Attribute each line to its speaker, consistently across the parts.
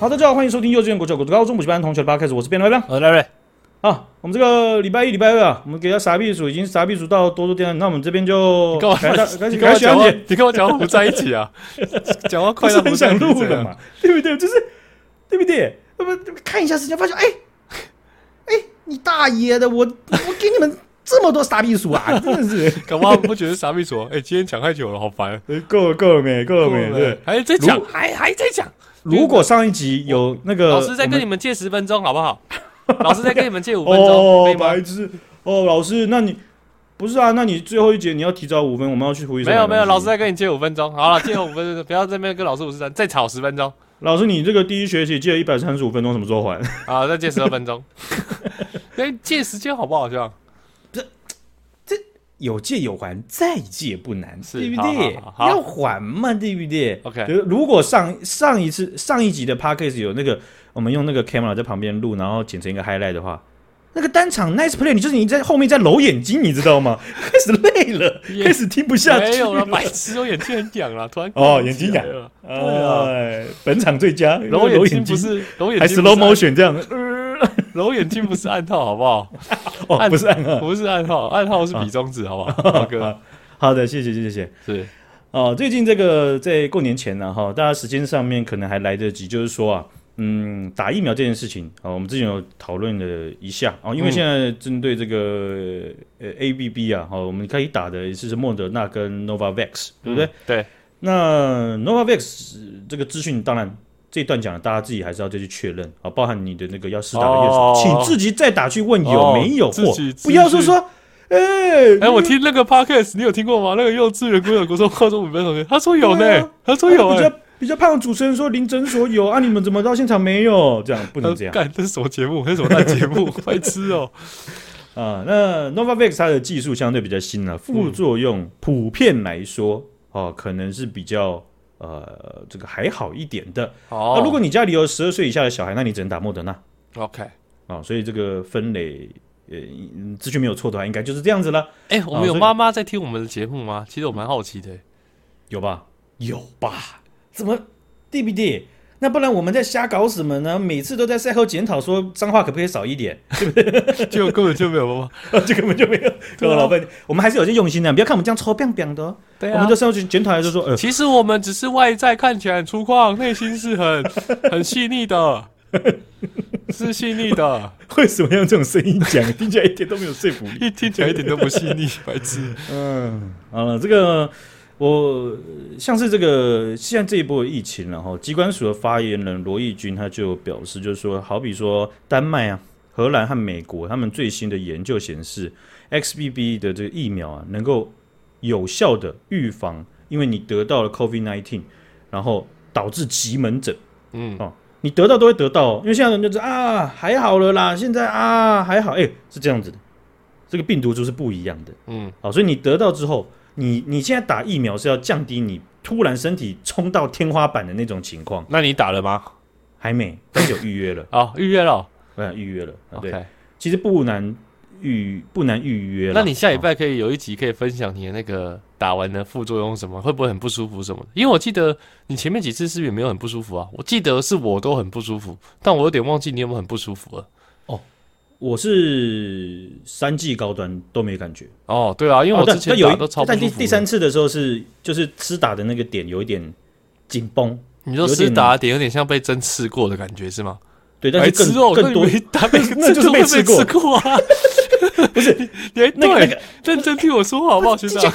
Speaker 1: 好的，大家好，欢迎收听幼稚园、国小、国中、高中补习班同学的 podcast，我是编导班
Speaker 2: 呃，赖瑞，
Speaker 1: 啊。我们这个礼拜一、礼拜二啊，我们给他傻逼数已经傻逼数到多多电台，那我们这边就
Speaker 2: 你干嘛
Speaker 1: 感谢大感谢
Speaker 2: 你跟
Speaker 1: 感
Speaker 2: 我
Speaker 1: 谢
Speaker 2: 讲
Speaker 1: 安
Speaker 2: 话
Speaker 1: 姐，，
Speaker 2: 你跟我讲话不在一起 啊？讲话
Speaker 1: 不
Speaker 2: 快
Speaker 1: 是
Speaker 2: 到
Speaker 1: 很
Speaker 2: 不
Speaker 1: 想录
Speaker 2: 了
Speaker 1: 了嘛？，对不对？就是对不对？那么看一下时间，发现哎哎，你大爷的！我我给你们这么多傻逼数啊，真的 是
Speaker 2: 搞不好不觉得傻逼说，哎，今天讲太久了，好烦。
Speaker 1: 哎够了够了没？够了没？
Speaker 2: 够
Speaker 1: 对
Speaker 2: 了。还在讲
Speaker 1: 如，
Speaker 2: 还还在讲。
Speaker 1: 如果上一集有那个
Speaker 2: 老师再
Speaker 1: 我
Speaker 2: 跟
Speaker 1: 们
Speaker 2: 你们借十分钟，好不好？老师再跟你们借五分钟，可
Speaker 1: 哦
Speaker 2: 以，吗
Speaker 1: 白？痴！哦，老师，那你不是啊？那你最后一节你要提早五分，我们要去胡医生。
Speaker 2: 没有没有，老师，再跟你借五分钟，好了，借我五分钟，不要这边跟老师五十三，再吵十分钟
Speaker 1: 老师，你这个第一学期借了一百三十五分钟，什么时候还？
Speaker 2: 啊，再借十二 分钟。哎，借时间好不好？这样
Speaker 1: 有借有还，再借不难，
Speaker 2: 是
Speaker 1: 对不
Speaker 2: 好
Speaker 1: 对？
Speaker 2: 好好好
Speaker 1: 要还嘛，对不对
Speaker 2: OK
Speaker 1: 就是如果上上一次上一集的 p a c k a g e 有那个我们用那个 camera 在旁边录，然后剪成一个 highlight 的话。那个单场 nice play，你就是你在后面在揉眼睛，你知道吗？ 开始累了，
Speaker 2: 也
Speaker 1: 开始听不下去
Speaker 2: 没有了，白痴，我眼睛很痒了，突然
Speaker 1: 哦眼睛痒
Speaker 2: 了，
Speaker 1: 哎，本场最佳，
Speaker 2: 然后啊眼睛不是，揉 眼
Speaker 1: 还
Speaker 2: 睛
Speaker 1: slow
Speaker 2: 不是
Speaker 1: motion 这样，
Speaker 2: 揉眼睛不是暗号，好不好？
Speaker 1: 哦，
Speaker 2: 按
Speaker 1: 不是暗号。啊
Speaker 2: 不是暗号，暗号是比中指，好不好？老哥，
Speaker 1: 好的，谢谢谢谢谢谢。
Speaker 2: 是
Speaker 1: 哦，最近这个在过年前呢、啊哈，大家时间上面可能还来得及，就是说啊，嗯，打疫苗这件事情啊、我们之前有讨论了一下啊、因为
Speaker 2: 嗯
Speaker 1: 现在针对这个呃 ABB 啊，哈、我们可以打的是莫德纳跟 Novavax，对不对？
Speaker 2: 嗯对，
Speaker 1: 那 Novavax 呃这个资讯，当然这一段讲了，大家自己还是要再去确认啊，包含你的那个要试打的药，
Speaker 2: 哦
Speaker 1: 请自己再打去问有
Speaker 2: 哦
Speaker 1: 没有货，
Speaker 2: 自己
Speaker 1: 不要说说，哎、
Speaker 2: 哎，我听那个 podcast，你有听过吗？那个幼稚园、国小、国中、高中五班同学，他说有
Speaker 1: 对
Speaker 2: 呢
Speaker 1: 啊，
Speaker 2: 他说有
Speaker 1: 比
Speaker 2: 哎，
Speaker 1: 较比较胖的主持人说林诊所有啊，你们怎么到现场没有？这样不能这样啊、
Speaker 2: 呃干，这是什么节目？ 这是什么烂 节目？白痴哦！
Speaker 1: 啊那 Novavax 它的技术相对比较新了、
Speaker 2: 嗯
Speaker 1: 副作用普遍来说哦、可能是比较呃这个还好一点的。那、
Speaker 2: 哦
Speaker 1: 如果你家里有十二岁以下的小孩，那你只能打莫德纳。
Speaker 2: OK，
Speaker 1: 啊、所以这个分类，呃，嗯资讯没有错的话，应该就是这样子了，
Speaker 2: 哎，我
Speaker 1: 哦
Speaker 2: 们有
Speaker 1: 所以
Speaker 2: 妈妈在听我们的节目吗？其实我蛮好奇 的。
Speaker 1: 有吧？有吧？怎么对不对？那不然我们在瞎搞什么呢？每次都在赛后检讨说脏话可不可以少一点，
Speaker 2: 就根本就没有妈妈。
Speaker 1: 这根本就没
Speaker 2: 啊
Speaker 1: 有搞了老半天。我们还是有些用心的，不要看我们这样臭棒棒的哦、
Speaker 2: 对
Speaker 1: 我
Speaker 2: 啊
Speaker 1: 们就，赛后检检讨来就说，呃，
Speaker 2: 其实我们只是外在看起来很粗犷，内心 是很很细腻的，是细腻的，
Speaker 1: 为什么要用这种声音讲？ 听起来一点都没有说服力。
Speaker 2: 一听起来一点都不细腻，白痴。
Speaker 1: 嗯，好了，这个我像是这个现在这一波疫情然后机关署的发言人罗毅军他就表示，就是说，好比说丹麦啊、荷兰和美国，他们最新的研究显示，XBB 的这个疫苗啊，能够有效的预防，因为你得到了 COVID-19，然后导致急门诊。
Speaker 2: 嗯，
Speaker 1: 你得到都会得到哦、因为现在人就是啊，还好了啦，现在啊还好，哎、是这样子的，这个病毒株是不一样的，
Speaker 2: 嗯，
Speaker 1: 好，所以你得到之后，你你现在打疫苗是要降低你突然身体冲到天花板的那种情况，
Speaker 2: 那你打了吗？，
Speaker 1: 还没，但是有预约了
Speaker 2: 哦，预约了。
Speaker 1: 嗯，预约了，啊对
Speaker 2: OK，
Speaker 1: 其实不难预不难预约啦
Speaker 2: 那你下礼拜可以有一集可以分享你的那个打完的副作用什么，会不会很不舒服什么的？因为我记得你前面几次是不是也没有很不舒服啊？我记得是我都很不舒服，但我有点忘记你有没有很不舒服了。
Speaker 1: 我是三剂高端都没感觉，
Speaker 2: 哦，对啊，因为我
Speaker 1: 哦但
Speaker 2: 之前
Speaker 1: 但有
Speaker 2: 打
Speaker 1: 一
Speaker 2: 都超不
Speaker 1: 但
Speaker 2: 舒服
Speaker 1: 第
Speaker 2: 的。
Speaker 1: 第三次的时候是就是吃打的那个点有一点紧绷，
Speaker 2: 你说
Speaker 1: 有
Speaker 2: 施
Speaker 1: 点
Speaker 2: 打点有点像被针刺过的感觉是吗？
Speaker 1: 对，但是
Speaker 2: 白
Speaker 1: 更、
Speaker 2: 痴哦
Speaker 1: 更多
Speaker 2: 那你没 打被
Speaker 1: 那就是被
Speaker 2: 被
Speaker 1: 吃过
Speaker 2: 过啊！不是， 你还
Speaker 1: 那个那
Speaker 2: 对
Speaker 1: 个，
Speaker 2: 认真听我说好不好，学 长？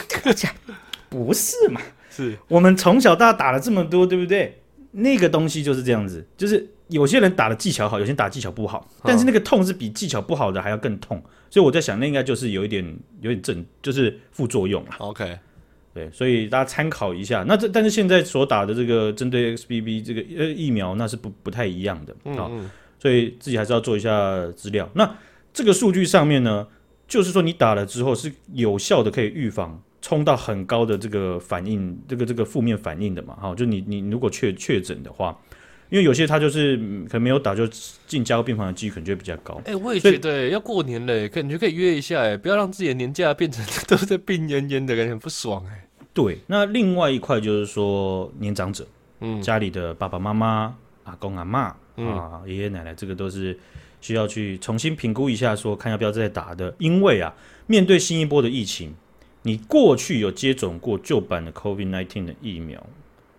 Speaker 1: 不是嘛？
Speaker 2: 是
Speaker 1: 我们从小到大打了这么多，对不对？那个东西就是这样子，就是有些人打的技巧好，有些人打技巧不好，但是那个痛是比技巧不好的还要更痛，所以我在想，那应该就是有一点有点症，就是副作用啊。
Speaker 2: OK，
Speaker 1: 对，所以大家参考一下。那这但是现在所打的这个针对 XBB 这个呃疫苗，那是不不太一样的啊、
Speaker 2: 嗯嗯，
Speaker 1: 所以自己还是要做一下资料。那这个数据上面呢，就是说你打了之后是有效的，可以预防冲到很高的这个反应，这个这个负面反应的嘛，哈，就你你你如果确确诊的话，因为有些他就是嗯可能没有打就进加护病房的几率可能就会比较高。
Speaker 2: 哎，我也
Speaker 1: 所以
Speaker 2: 觉得要过年了，感觉可以约一下，哎，不要让自己的年假变成 都在病恹恹的感觉，很不爽哎。
Speaker 1: 对，那另外一块就是说年长者，
Speaker 2: 嗯
Speaker 1: 家里的爸爸妈妈啊、阿公阿妈啊、爷爷奶奶，这个都是需要去重新评估一下说看要不要再打的。因为啊，面对新一波的疫情，你过去有接种过旧版的 COVID-19 的疫苗，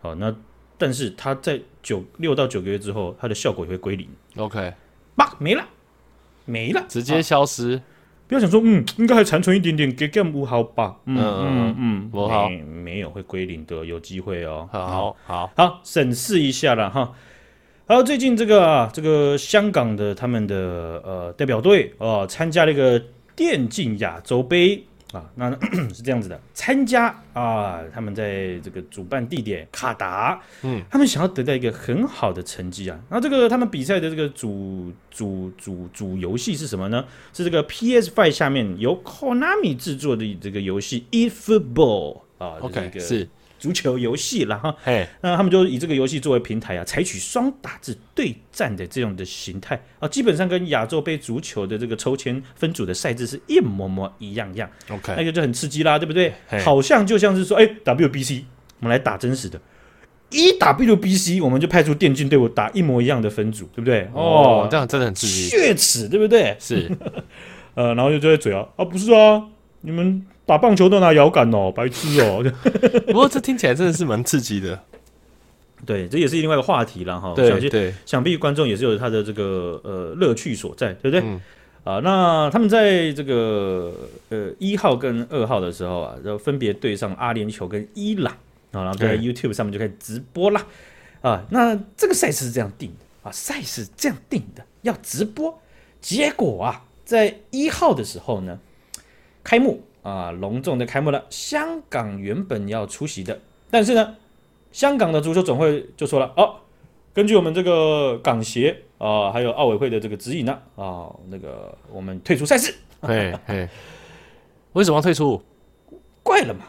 Speaker 1: 好、那但是它在九六到九个月之后，它的效果也会归零，
Speaker 2: ，OK，
Speaker 1: bah，没了，没了，
Speaker 2: 直
Speaker 1: 啊
Speaker 2: 接消失。
Speaker 1: 不要想说，嗯，应该还残存一点点，给 game 五好吧？嗯
Speaker 2: 嗯
Speaker 1: 嗯嗯，
Speaker 2: 不好
Speaker 1: 没没有会归零的，有机会哦。
Speaker 2: 好好，
Speaker 1: 好，审视一下了哈。还有最近这个啊，这个香港的他们的呃代表队哦、参加了一个电竞亚洲杯啊，那 是这样子的，参加啊，他们在这个主办地点卡达，
Speaker 2: 嗯，
Speaker 1: 他们想要得到一个很好的成绩啊。那这个他们比赛的这个主主主主游戏是什么呢？是这个 PS Five 下面由 Konami 制作的这个游戏 eFootball 啊这
Speaker 2: OK，
Speaker 1: 一个
Speaker 2: 是，
Speaker 1: 足球游戏啦哈。
Speaker 2: 嘿，
Speaker 1: 那他们就以这个游戏作为平台啊，采取双打制对战的这种的形态啊，基本上跟亚洲杯足球的这个抽签分组的赛制是一模模一样样，那
Speaker 2: OK，
Speaker 1: 个就很刺激啦，对不对
Speaker 2: 嘿？
Speaker 1: 好像就像是说，哎、w b c 我们来打真实的。一 WBC，我们就派出电竞队伍打一模一样的分组，对不对？
Speaker 2: 哦
Speaker 1: 哦，，
Speaker 2: 这样真的很刺激。
Speaker 1: 血耻，对不对？
Speaker 2: 是，
Speaker 1: 呃，然后就就在嘴啊，啊，不是啊，你们打棒球都拿摇杆哦，白痴哦，
Speaker 2: 不过这听起来真的是蛮刺激的。
Speaker 1: 对，这也是另外一个话题了哈。想
Speaker 2: 对
Speaker 1: 去
Speaker 2: 对，
Speaker 1: 想必观众也是有他的这个呃乐趣所在，对不对？
Speaker 2: 嗯
Speaker 1: 啊，那他们在这个呃一号跟二号的时候啊，然后分别对上阿联酋跟伊朗啊，然后在
Speaker 2: 对
Speaker 1: YouTube 上面就开始直播啦。啊，那这个赛事是这样定的啊，赛事这样定的，要直播。结果啊，在一号的时候呢，开幕啊，隆重的开幕了。香港原本要出席的，但是呢，香港的足球总会就说了哦，根据我们这个港协啊、还有奥委会的这个指引呢，啊、那个我们退出赛事，
Speaker 2: 嘿嘿，为什么要退出？
Speaker 1: 怪了嘛，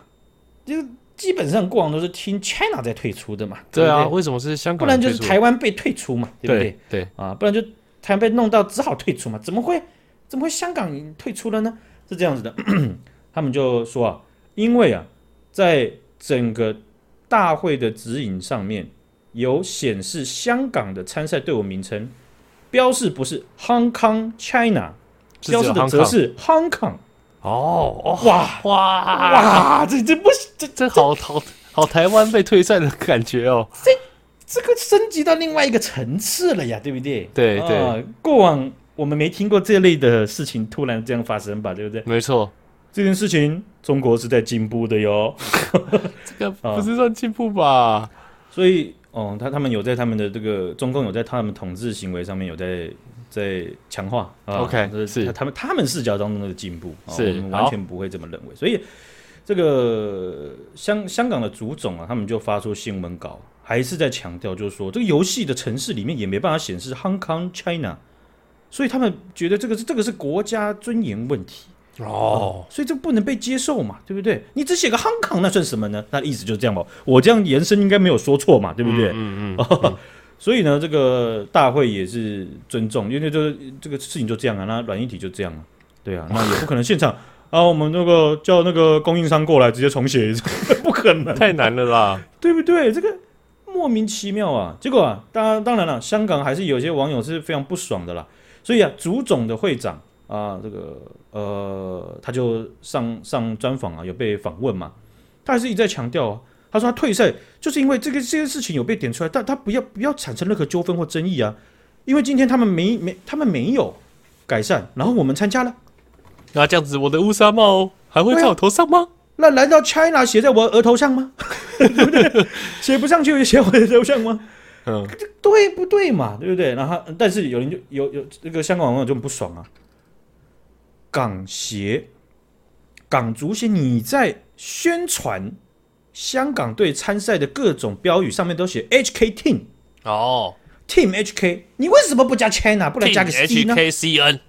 Speaker 1: 就基本上过往都是听 China 在退出的嘛，
Speaker 2: 对啊，
Speaker 1: 不
Speaker 2: 为什么是香
Speaker 1: 不
Speaker 2: 港
Speaker 1: 然
Speaker 2: 人
Speaker 1: 就
Speaker 2: 退
Speaker 1: 是
Speaker 2: 出？
Speaker 1: 台湾被退出嘛，对不对？
Speaker 2: 对对，
Speaker 1: 啊，不然就台湾被弄到只好退出嘛，怎么会怎么会香港退出了呢？是这样子的， 他们就说啊，因为啊，在整个大会的指引上面有显示香港的参赛队伍名称，标示不是 Hong Kong China，
Speaker 2: 是
Speaker 1: 标
Speaker 2: 只
Speaker 1: 示
Speaker 2: 有
Speaker 1: 的
Speaker 2: Hong
Speaker 1: 则
Speaker 2: Kong。
Speaker 1: 是 Hong Kong，
Speaker 2: 哦哦，
Speaker 1: 哇
Speaker 2: 哇哇，
Speaker 1: 哇，这这不是这
Speaker 2: 这好好好台湾被退赛的感觉哦。
Speaker 1: 这个升级到另外一个层次了呀，对不对？
Speaker 2: 对对
Speaker 1: 啊过往我们没听过这类的事情突然这样发生吧，对不对？
Speaker 2: 没错，
Speaker 1: 这件事情中国是在进步的哟，
Speaker 2: 这个
Speaker 1: 啊
Speaker 2: 不是算进步吧？
Speaker 1: 所以哦，他他们有在他们的这个中共有在他们统治行为上面有在在强化啊
Speaker 2: OK，
Speaker 1: 这
Speaker 2: 是
Speaker 1: 他他们他们视角当中的进步，啊
Speaker 2: 是
Speaker 1: 我们完全不会这么认为，所以这个香香港的足总啊，他们就发出新闻稿，还是在强调，就是说这个游戏的城市里面也没办法显示 Hong Kong China，所以他们觉得这个是这个是国家尊严问题。
Speaker 2: 哦，
Speaker 1: 所以这不能被接受嘛，对不对？你只写个 Hong Kong 那算什么呢？那意思就是这样吧，我这样延伸应该没有说错嘛，对不对？
Speaker 2: 嗯嗯，
Speaker 1: 所以呢，这个大会也是尊重，因为这这个事情就这样啊，那软硬体就这样啊，对啊，那也不可能现场啊，我们那个叫那个供应商过来直接重写一次，不可能
Speaker 2: 嗯，太难了啦。
Speaker 1: 对不对？这个莫名其妙啊！结果啊，当然当然了，香港还是有些网友是非常不爽的啦。所以啊，足总的会长啊，这个呃，他就上上专访啊，有被访问嘛，他还是一再强调、啊，他说他退赛就是因为这个这件事情有被点出来，但他不要不要产生任何纠纷或争议啊，因为今天他们没没他们没有改善，然后我们参加了。
Speaker 2: 那这样子，我的乌纱帽还会在我头上吗？
Speaker 1: 那难道 China 写在我额头上吗？对 不对？写不上去也写我的头上吗？
Speaker 2: 嗯，
Speaker 1: 对不对嘛？对不对？然后，但是有人就有有那个香港网友就很不爽啊，港协、港足协，你在宣传香港队参赛的各种标语上面都写 HK Team
Speaker 2: 哦，
Speaker 1: Team HK，你为什么不加 China，不然加个 C 呢？
Speaker 2: HKCN，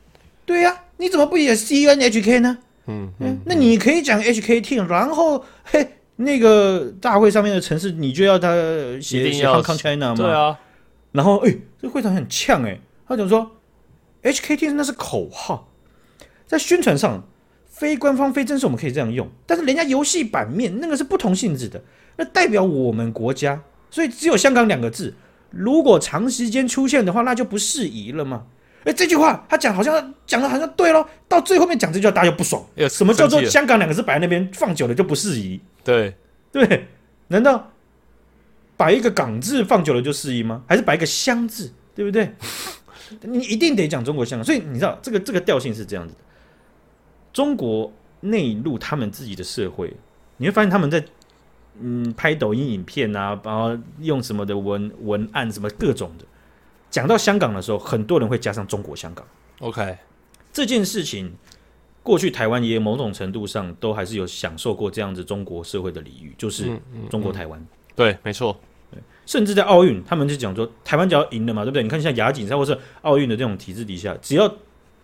Speaker 1: 对呀、你怎么不写 C N H K 呢？
Speaker 2: 嗯
Speaker 1: 嗯，那你可以讲 H K Team，然后嘿，那个大会上面的城市你就要他呃
Speaker 2: 一
Speaker 1: 写
Speaker 2: 定
Speaker 1: 写
Speaker 2: 要
Speaker 1: Hong Kong China 吗？
Speaker 2: 对啊，
Speaker 1: 然后哎、这会长很呛哎、他讲说，HKT 那是口号，在宣传上非官方非正式我们可以这样用，但是人家游戏版面那个是不同性质的，那代表我们国家，所以只有香港两个字，如果长时间出现的话，那就不适宜了嘛。哎，这句话他讲好像讲的好像对咯，到最后面讲这句话大家就不爽。
Speaker 2: 哎呦
Speaker 1: 什么叫做
Speaker 2: 生气了
Speaker 1: 香港两个字摆在那边放久了就不适宜？
Speaker 2: 对
Speaker 1: 对，难道摆一个港字放久了就适宜吗？还是摆一个香字，对不对？你一定得讲中国香港，所以你知道这个这个调性是这样子的。中国内陆他们自己的社会，你会发现他们在嗯拍抖音影片啊，然后用什么的文文案什么各种的。讲到香港的时候，很多人会加上中国香港。
Speaker 2: ，OK，
Speaker 1: 这件事情，过去台湾也某种程度上都还是有享受过这样子中国社会的礼遇，就是
Speaker 2: 嗯嗯
Speaker 1: 中国
Speaker 2: 嗯
Speaker 1: 台湾，
Speaker 2: 对，没错，
Speaker 1: 甚至在奥运，他们就讲说台湾只要赢了嘛，对不对？你看像亚锦赛或是奥运的这种体制底下，只要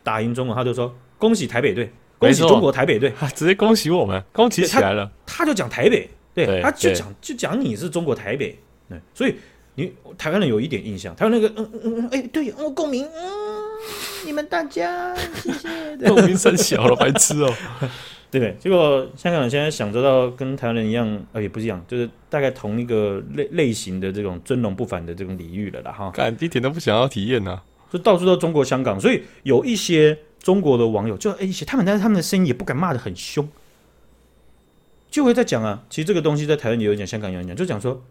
Speaker 1: 打赢中国，他就说恭喜台北队，恭喜
Speaker 2: 没错
Speaker 1: 中国台北队，
Speaker 2: 啊直接恭喜我们，恭喜
Speaker 1: 对
Speaker 2: 起
Speaker 1: 他
Speaker 2: 来了，
Speaker 1: 他就讲台北，对，
Speaker 2: 对
Speaker 1: 他就
Speaker 2: 对
Speaker 1: 讲就讲你是中国台北，对，所以你台湾人有一点印象，台湾那个嗯嗯嗯，哎、对，哦，共鸣，嗯，你们大家谢谢，对
Speaker 2: 共鸣声小了，白痴 哦，
Speaker 1: 对不对？结果香港人现在享受到跟台湾人一样，呃，也不是一样，就是大概同一个类类型的这种尊荣不凡的这种礼遇了啦哈，
Speaker 2: 干一点都不想要体验啊呐、
Speaker 1: 就到处都中国香港，所以有一些中国的网友就哎一些他们，但是他们的声音也不敢骂的很凶，就会在讲啊，其实这个东西在台湾也有讲，香港也有讲，就讲说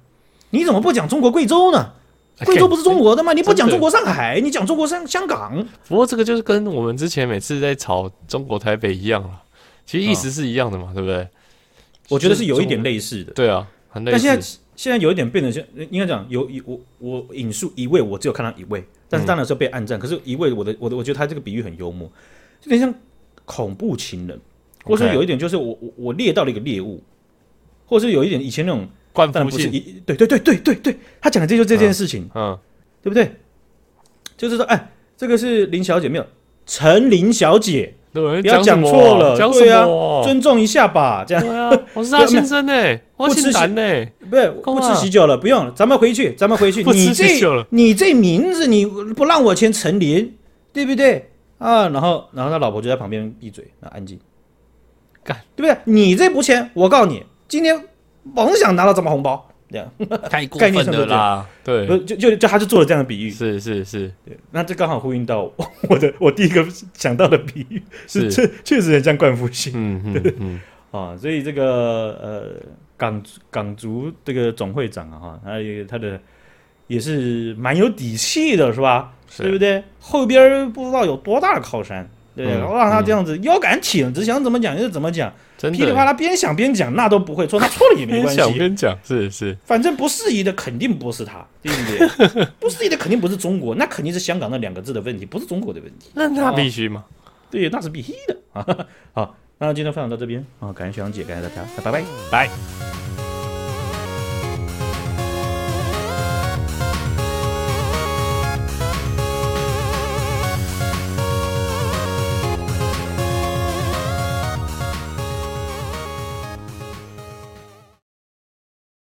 Speaker 1: 你怎么不讲中国贵州呢？贵
Speaker 2: 哎
Speaker 1: 州不是中国的吗？你不讲中国上海，你讲中国上香港，
Speaker 2: 不过这个就是跟我们之前每次在吵中国台北一样了，其实意
Speaker 1: 嗯
Speaker 2: 思是一样的嘛，对不对？
Speaker 1: 我觉得是有一点
Speaker 2: 中
Speaker 1: 类似的。
Speaker 2: 对啊，很类
Speaker 1: 但
Speaker 2: 似。
Speaker 1: 现在现在有一点变得像，应该讲有一我我引述一位，我只有看到一位，但是当然是被暗
Speaker 2: 嗯
Speaker 1: 战。可是一位我的我的我觉得他这个比喻很幽默，有点像恐怖情人，或者说
Speaker 2: OK
Speaker 1: 有一点就是我我我猎到了一个猎物，或者是有一点以前那种，
Speaker 2: 冠
Speaker 1: 但
Speaker 2: 夫
Speaker 1: 不是
Speaker 2: 姓，
Speaker 1: 一对对对对对对，他讲的这就是这件事情，
Speaker 2: 嗯，
Speaker 1: 对不对？就是说，哎，这个是林小姐没有陈林小姐，
Speaker 2: 对，
Speaker 1: 不要
Speaker 2: 哎讲什么
Speaker 1: 讲错了
Speaker 2: 讲什
Speaker 1: 对啊
Speaker 2: 么？
Speaker 1: 尊重一下吧，这样
Speaker 2: 对啊，我是他先生呢、我姓谭欸呢、
Speaker 1: 不是
Speaker 2: 够
Speaker 1: 不吃
Speaker 2: 了
Speaker 1: 喜酒了，不用了，咱们回 去，咱们回去。
Speaker 2: 不吃
Speaker 1: 你这
Speaker 2: 喜酒了
Speaker 1: 你这名字你不让我签陈林，对不对啊？然后然后他老婆就在旁边闭嘴，那安静，
Speaker 2: 干
Speaker 1: 对不对？你这不签，我告你，今天甭想拿到咱们红包。这样，
Speaker 2: 太过
Speaker 1: 概念上都这
Speaker 2: 啦，
Speaker 1: 不
Speaker 2: 对，
Speaker 1: 是就就就他就做了这样的比喻，
Speaker 2: 是是是，
Speaker 1: 对，那这刚好呼应到我我的我第一个想到的比喻是
Speaker 2: 是
Speaker 1: 确确实很像冠夫姓
Speaker 2: 嗯嗯嗯，
Speaker 1: 啊，所以这个呃港港足这个总会长啊哈，他也他的也是蛮有底气的，是吧？对不
Speaker 2: 是
Speaker 1: 对？后边儿不知道有多大的靠山，对不对，
Speaker 2: 嗯
Speaker 1: 让他这样子腰杆挺直，想怎么讲就怎么讲，
Speaker 2: 真
Speaker 1: 噼里啪
Speaker 2: 的。
Speaker 1: 啦边想边讲，那都不会 错，他错了也没
Speaker 2: 嗯边
Speaker 1: 关
Speaker 2: 想
Speaker 1: 系，
Speaker 2: 边讲，是是，
Speaker 1: 反正不适宜的肯定不是他，对不对？ 不适宜的肯定不是中国，那肯定是香港那两个字的问题，不是中国的问题，
Speaker 2: 那那必须嘛。
Speaker 1: 对， 那是必须的啊。好，那今天分享到这边啊，感谢小杨姐，感谢大家，拜拜。
Speaker 2: 来。